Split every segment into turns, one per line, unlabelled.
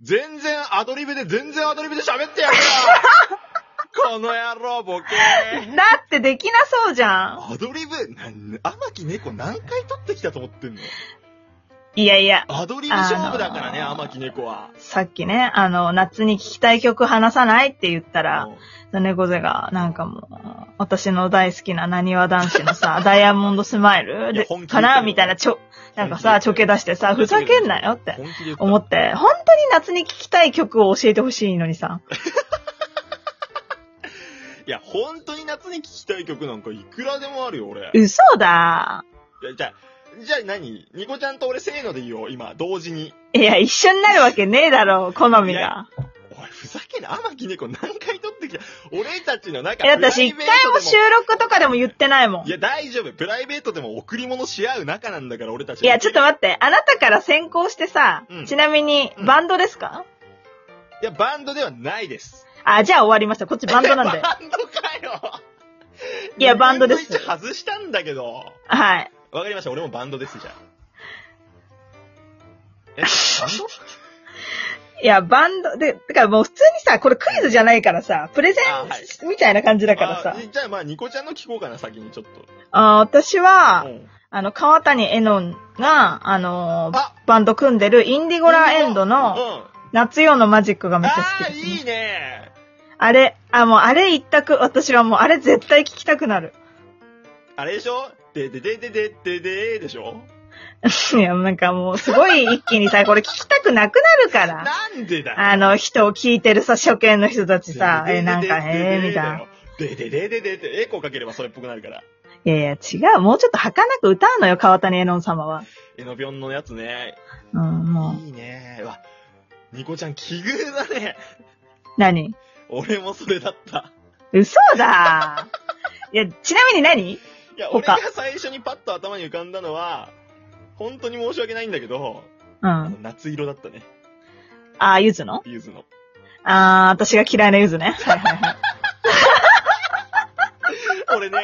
全然アドリブで、全然アドリブで喋ってやるよ この野郎、ボケ
だってできなそうじゃん。
アドリブ、なん、天木猫何回取ってきたと思ってんの
いやいや、
アドリブ勝負だからね、天木猫は。
さっきね、あの、夏に聴きたい曲話さないって言ったら、
うん
猫背が、なんかもう、私の大好きな何わ男子 のさ、ダイヤモンドスマイル
いや
で
本気で言ってる
かなみたいな、ちょ、なんか
本
さ、
気
ちょけ出してさ、ふざけんなよって
本気で言った
思って、本当に夏に聴きたい曲を教えてほしいのにさ。
いや、本当に夏に聴きたい曲なんかいくらでもあるよ、俺。い
嘘だ
やじゃあ、じゃあ何ニコちゃんと俺せーのでいいよ、今、同時に。
いや、一緒になるわけねえだろ、好みが。
おい、ふざけんな、天木猫何回撮ってきた俺たちの中
いや、私一
プラ
回
イベート
も
で
収録とかでも言ってないもん。
いや、大丈夫。プライベートでも贈り物し合う仲なんだから、俺たち。
いや、ちょっと。待って、あなたから先行してさ、
うん
ちなみに
うん、
バンドですか、
いや、バンドではないです。
あ、じゃあ終わりました。こっちバンドなん で。
バンドかよ
いやバンドです
二分の一外したんだけど。
はい。
わかりました、俺もバンドです、じゃあ。え、バンド
いや、バンド、で、だからもう普通にさ、これクイズじゃないからさ、プレゼ
あはい
ンみたいな感じだからさ
あ。じゃあまあ、ニコちゃんの聞こうかな、先にちょっと。
あ私は
う、ん
あの、川谷絵音が、あのー
あ
バンド組んでるインディゴラエンド
うん
の夏夜のマジックがめっちゃ
あ
好
あ、
きです、ね
いいね。
あれ、あ、もうあれ一択、私はもうあれ絶対聞きたくなる。
あれでしょででででででででしょ
いや、なんかもうすごい一気にさ、これ聞きたくなくなるから。
なんでだよ
あの、人を聞いてるさ、初見の人たちさ、え、なんか、えー、みたいな。。
でででででで、エコーかければそれっぽくなるから。
いやいや、違う。もうちょっと儚く歌うのよ、川谷絵音様は。
エノビョンのやつね。
うん、もう。
いいね。うわ、ニコちゃん奇遇だね。
何
俺もそれだった。
嘘だいや、ちなみに何
いや、俺
他
が最初にパッと頭に浮かんだのは、本当に申し訳ないんだけど、
う
あ
ん。
の夏色だったね。
あー、ゆずの
ユーズの。
あー、私が嫌いなゆずね。はいはいはい。
俺ね、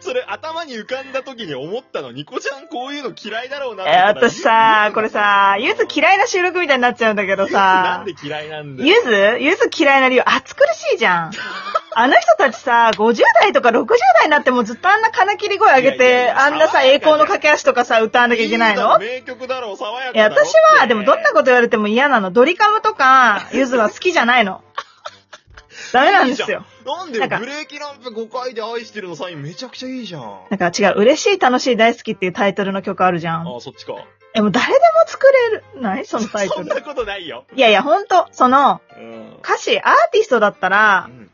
それ頭に浮かんだ時に思ったの、ニコちゃんこういうの嫌いだろうなって
えー
思ったら
私さ
ゆ、ず
これさ、ゆず嫌いな収録みたいになっちゃうんだけど
な
さ
ん、で嫌いなんだよ。
ゆずゆず嫌いな理由、暑苦しい じゃん。あの人たちさ、50代とか60代になってもずっとあんな金切り声上げ
いやいやい
て、
や
あんなさ、
爽やか
栄
じゃん
光の架け橋とかさ、歌わなきゃいけない
だろ
の
名曲だろう、爽やか
いや、
だろう
私は、でもどんなこと言われても嫌なの。ドリカムとか、ゆずは好きじゃない の。ダメなんですよ。
となんで
なんか
よ、ブレーキランプ5回で愛してるのサインめちゃくちゃいいじゃん。あ
なんか違う、嬉しい、楽しい、大好きっていうタイトルの曲あるじゃん。
あ、そっちか。
え、もう誰でも作れる、ないそのタイト
そんな
ル。
ことないよ。
いやいや、ほんと、その、
うん。
歌詞、アーティストだった
う
ら、
ん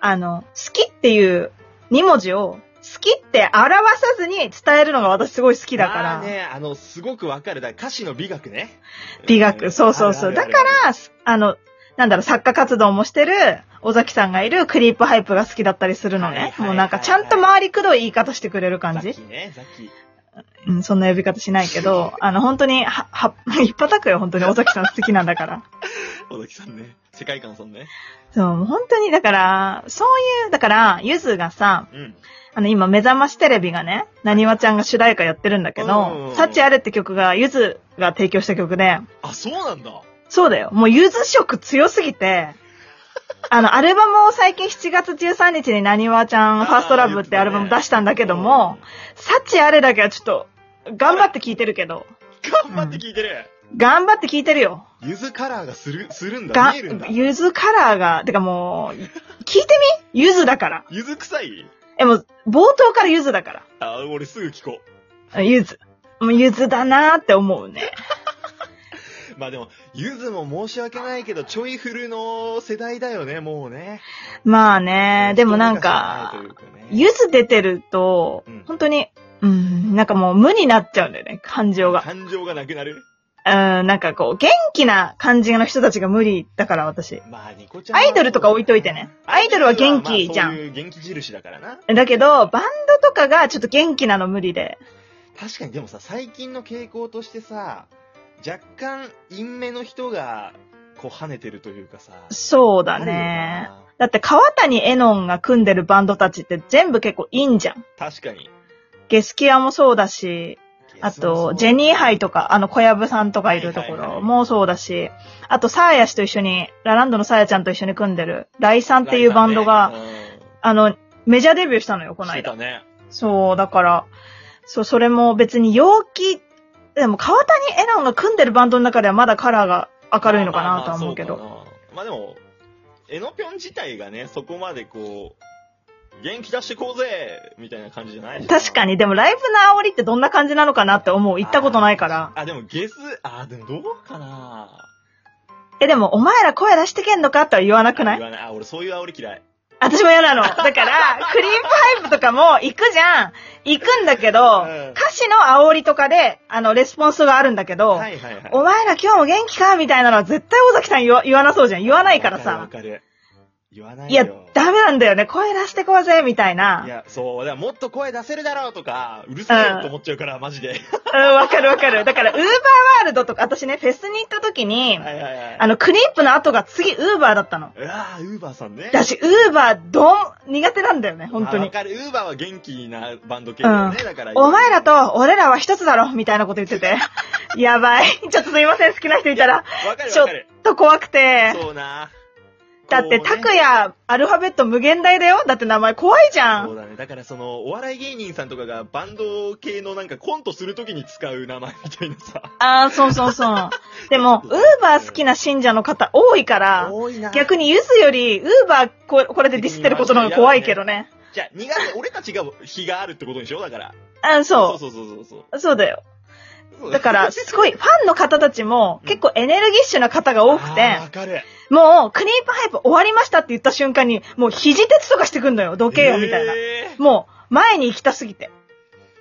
あの、好きっていう2文字を、好きって表さずに伝えるのが私すごい好きだか
まあ
ら。
ね、あの、すごくわかる。だから歌詞の美学ね。
美学、そうそうそう。
あるあ
だ
る
か
ある
ら、すあの、なんだろう、作家活動もしてる、尾崎さんがいるクリープハイプが好きだったりするの
はいはい
ね
は。いはい
もうなんかちゃんと回りくどい言い方してくれる感
ザ
じ
キ。ね、ザキ。
うん、そんな呼び方しないけど、あの、本当に、は、は、いっぱたくよ、本当に尾崎さん好きなんだから。
小崎さんね。世界観さんね。
そう、もう本当に、だから、そういう、だから、ゆずがさ、
うん。
あの、今、目覚ましテレビがね、なにわちゃんが主題歌やってるんだけ
う
ど
ん、
サチアレって曲が、ゆずが提供した曲で、
あ、そうなんだ。
そうだよ。もう、ゆず色強すぎて、 あの、アルバムを最近7月13日になにわちゃん、ファーストラブってアルバム出したんだけども、サチアレだけはちょっと、頑張って聴いてるけど、
うん、頑張って聞いてる。
頑張って聴いてるよ。
ゆずカラーがする、するんだ。
が
見えるんだ、。
ゆずカラーが、てかもう、聞いてみゆずだから。
ゆず臭い
え、もう、冒頭からゆずだか
あ、俺すぐ聞こう。
ら。ゆず。もうゆずだなーって思うね。
まあでも、ゆずも申し訳ないけど、ちょい古の世代だよね、もうね。
まあね、でもなん
一
か、
昔前というね
ゆず出てると
うん、
本当に、うん、なんかもう無になっちゃうんだよね、感情が。
感情がなくなる。
うん、なんかこう、元気な感じの人たちが無理だから私。
まあ、ニコちゃん。
アイドルとか置いといて。ね。アイドルは元気じゃ
まあ
ん。
そういう元気印だからな。
だけど、バンドとかがちょっと元気なの無理で。
確かにでもさ、最近の傾向としてさ、若干、陰めの人が、こう跳ねてるというかさ。
そうだ
ある
ね
よ。な。
だって川谷絵音が組んでるバンドたちって全部結構いいんじゃん。
確かに。
ゲスキアもそうだし、あと、ジェニーハイとか、あの、小籔さんとかいるとこ
はいはいは
ろ
い
もそうだし、あと、サーヤ氏と一緒に、ラランドのサーヤちゃんと一緒に組んでる、ライさんっていうバンドが、、あの、メジャーデビューしたのよ、こ
こ
の
ない
間
だ。ね。
そう、だから、そう、それも別に陽気、でも川谷絵音が組んでるバンドの中ではまだカラーが明るいのかなとは思うけど。
まあまあまあ。そうかなまあでも、エノピョン自体がね、そこまでこう、元気出してこうぜみたいな感じじゃないし
確かに、でもライブの煽りってどんな感じなのかなって思う。行ったことないから。
あ、でもゲス、あ、でもどうかな
え、でもお前ら声出してけんのかとは言わなくない
言わない。あ、俺そういう煽り嫌い。
私も 嫌なの。だから、クリープハイプとかも行くじゃん。行くんだけど、
うん
歌詞の煽りとかで、あの、レスポンスがあるんだけど、
はいはいはい。
お前ら今日も元気かみたいなのは絶対尾崎さん言わ言わなそうじゃん。言わないから
わ
さ。
かるわかる。言わない
いや、
よ。
ダメなんだよね。声出してこうぜ、みたいな。
いうや、そう、だからもっと声出せるだろうとか、うるせえよと思っちゃうから、マジで。
ん、わかるわかる。だから、ウーバーワールドとか、私ね、フェスに行った時に、
はいはいはい。
あの、クリープの後が次、ウーバーだったの。
うわー、ウーバーさんね。
だし、ウーバー、どん、苦手なんだよね、本当
あ
に
わ。かる。ウーバーは元気なバンド系だよね。だから。
お前らと俺らは一つだろみたいなこと言っ てて。やばい。ちょっとすいません、好きな人いたら。
わかる
ちょ
わ
っ
かる。
と怖くて。
そうな。
だって、
こう
タ
ね
クヤ、アルファベット無限大だよだって名前怖いじゃ。
そうんだね。だからその、お笑い芸人さんとかがバンド系のなんかコントするときに使う名前みたいなさ。
あー、そうそ うそう。でも、ウーバー好きな信者の方多いから、
多いな。
逆にユズより、ウーバーここれでディスってることの方が怖いけどね。
じゃあ、苦手、俺たちが日があるってことでしょだから。
あーそ
そうそうそうそう
う。そうだよ。
そう。
だから、すごい、ファンの方たちも、結構エネルギッシュな方が多く
あ
て
ー、わかる。
もう、クリープハイプ終わりましたって言った瞬間に、もう肘鉄とかしてくんのよ、どけよ、みたいな。
えー
もう、前に行きたすぎて。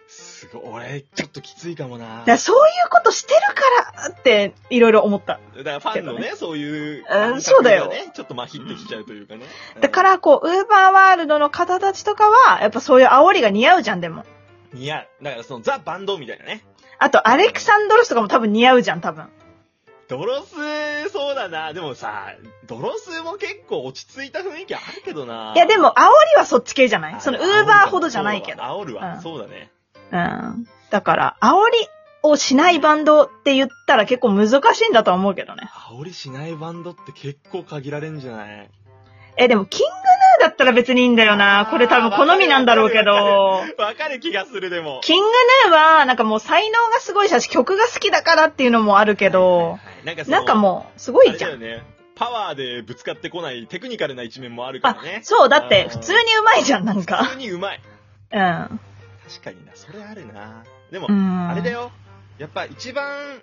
すごい。俺、ちょっときついかもな。
だからそういうことしてるからって、いろいろ思った。
だからファンのね、そういう、
うんそうだよ
ね、ちょっとまひってきちゃうというかね。、
だからら、こう、ウーバーワールドの方たちとかは、やっぱそういう煽りが似合うじゃん、でも。
似合う。だからそのザ・バンドみたいなね。
あと、アレクサンドロスとかも多分似合うじゃん、多分。
ドロス、そうだな。でもさ、ドロスも結構落ち着いた雰囲気あるけどな。
いや、でも、煽りはそっち系じゃないその、ウーバーほどじゃないけど。
煽るわ。
うん
そうだね。
うん。だから、煽りをしないバンドって言ったら結構難しいんだとは思うけどね。
煽りしないバンドって結構限られんじゃない
え、でも、キングヌーだったら別にいいんだよな。これ多分好みなんだろうけど。
わかる気がする、でも。
キングヌーは、なんかもう才能がすごいし、曲が好きだからっていうのもあるけ
は
ど
い、はいなんかその
なんかもう、すご
あ
い
れ
じ
だ
ゃ
よ
ん。
ね。パワーでぶつかってこないテクニカルな一面もあるから
あ
ね、。
そう、だって、普
うん
通にうまいじゃん、なん
普
か。
通にうまい。
うん。
確かにな、それあるな。でも、
うん
あれだよ。やっぱ一番、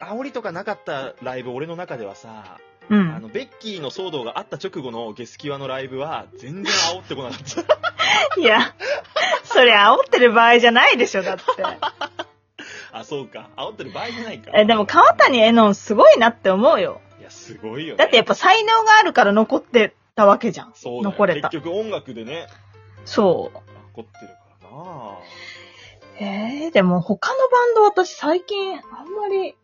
煽りとかなかったライブ、俺の中ではさ、
う
あ
ん。
の、ベッキーの騒動があった直後のゲスキワのライブは、全然煽ってこなかった。
いや、それ煽ってる場合じゃないでし ょ、だって。
あ、そうか。煽ってる場合じゃないか。
え、でも、川谷絵音すごいなって思うよ。
いや、すごいよ、ね。
だってやっぱ才能があるから残ってたわけじゃん。
そうだよ
残れた
結局音楽でね、
そう。
残ってるからな
えー、でも他のバンド私最近あんまり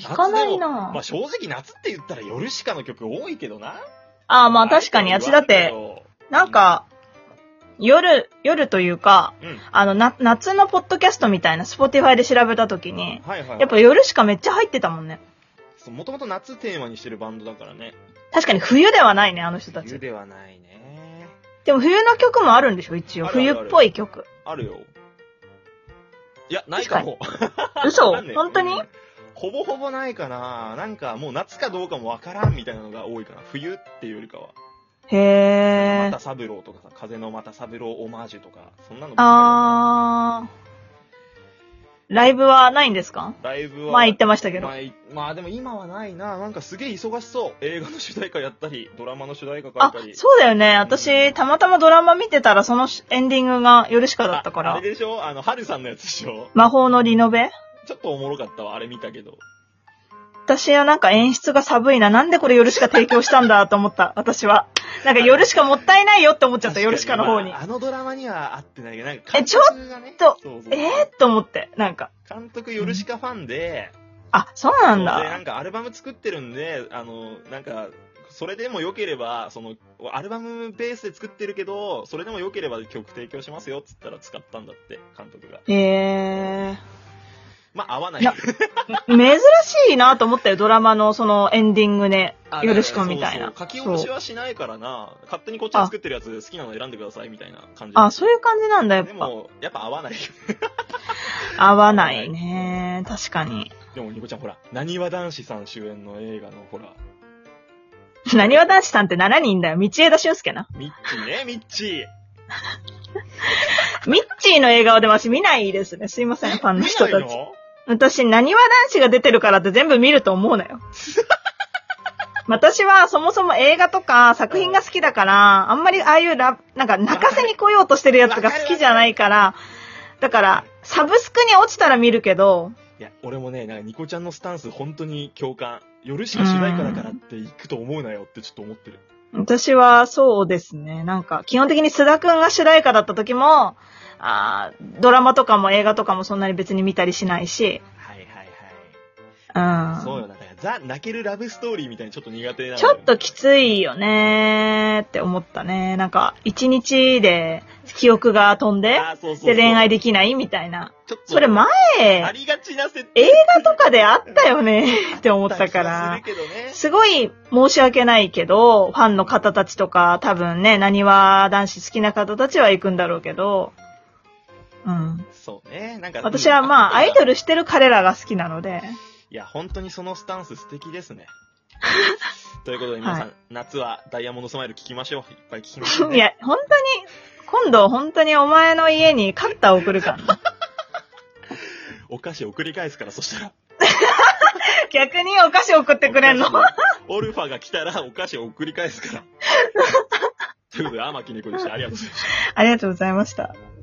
聞かない
夏でも
な
まあ正直夏って言ったら夜しかの曲多いけどな。
ああ、まあ確かに、
あれ
私だって、、なんか、夜、夜というか、
うん。
あの、な、夏のポッドキャストみたいな、スポティファイで調べたときに、
はいはい、はい。
やっぱ夜しかめっちゃ入ってたもんね。
そう、もともと夏テーマにしてるバンドだからね。
確かに冬ではないね、あの人た
冬
ち。
ではないね。
でも冬の曲もあるんでしょ、一応。
あるある
冬
あ
っ
る
ぽい曲。
あるよ。いや、ないかも。
嘘
わかんない
本当に
うんほぼほぼないかな。なんかもう夏かどうかもわからんみたいなのが多いかな。冬っていうよりかは。
へ
ま
ー
た。三郎とかさ、風のまた三郎オマージュとか、そんなのばっかりだから
あー。ライブはないんですか
ライブは。
前言ってましたけど。
前まあでも今はないな。なんかすげえ忙しそう。映画の主題歌やったり、ドラマの主題歌書い
あ
たり。、
そうだよね。
う
私、
ん
たまたまドラマ見てたら、そのエンディングが夜しかだったか
ああ
ら
れ。でしょあの、ハルさんのやつでしょ
魔法のリノベ
ちょっとおもろかったわ。あれ見たけど。
私はなんか演出が寒いな。なんでこれ夜しか提供したんだと思った。私は。なんか夜しかもったいないよって思っちゃった。夜しかの方に。
まああのドラマには合ってないけど、なんか監
えちょ
督がね、
ちょっと
そうそう
えー、と思って。なんか。
監督ヨルシカファンで、
あ、そうなん
でな
だ。
んかアルバム作ってるんで、あの、なんか、それでも良ければ、その、アルバムベースで作ってるけど、それでも良ければ曲提供しますよっつったら使ったんだって、監督が。
えー。
まあ、合わないい。
や珍しいなと思ったよ、ドラマのそのエンディングで、
あ
ヨルシカみたい
そ
な
う。そう書き下ろしはしないからな、勝手にこっちが作ってるやつ好きなの選んでくださいみたいな感じ。
あ、そういう感じなんだ、やっ
で
ぱ。
も、やっぱ合わない。
合わないね。確かに。
でも、ニコちゃんほら、なにわ男子さん主演の映画のほら、
何わ男子さんって7人だよ。道枝俊介な。
ミッチーね、ミッチ
ミッチーの映画をでも私見ないですね。すいません、ファ
ー。
ン
見
の人
ない
た
の
ち。私、何わ男子が出てるからって全部見ると思う なよ。私はそもそも映画とか作品が好きだから、あんまりああいうラ、なんか泣かせに来ようとしてるやつが好きじゃないから、だから、サブスクに落ちたら見るけど、
いや、俺もね、なんかニコちゃんのスタンス本当に共感。夜しか主題歌だからって行くと思うなよってちょっと思ってる。
私はそうですね。なんか、基本的に須田くんが主題歌だった時も、あードラマとかも映画とかもそんなに別に見たりしないし、
はいはいはい。
うん。
そうよな、だからザ・泣けるラブストーリーみたいにちょっと苦手なのよ
ちょっときついよねーって思ったね。なんか、一日で記憶が飛んで、
あーそうそうそう
で恋愛できないみたいな。
ちょっと
それ前、
ありがちな設定
映画とかであったよねーって思った
だ
から
っ。た気がするけどね。
すごい申し訳ないけど、ファンの方たちとか、多分ね、なにわ男子好きな方たちは行くんだろうけど、うん。
そうね。なんか、
私はまあ、アイド
ル。
ルしてる彼らが好きな ので、
いや、本当にそのスタンス素敵です ね。ということで皆さん、
は
夏はダイヤモンドスマイル聞きましょう。いっぱい聞きましょう、
いや、本当に、今度本当にお前の家にカッター送るからな。
お菓子送り返すから、そした ら。
逆にお菓子送ってくれんの
お菓子 のオルファが来たらお菓子を 送り返すから。ということで、天木猫でした。ありがとうございました。
ありがとうございました。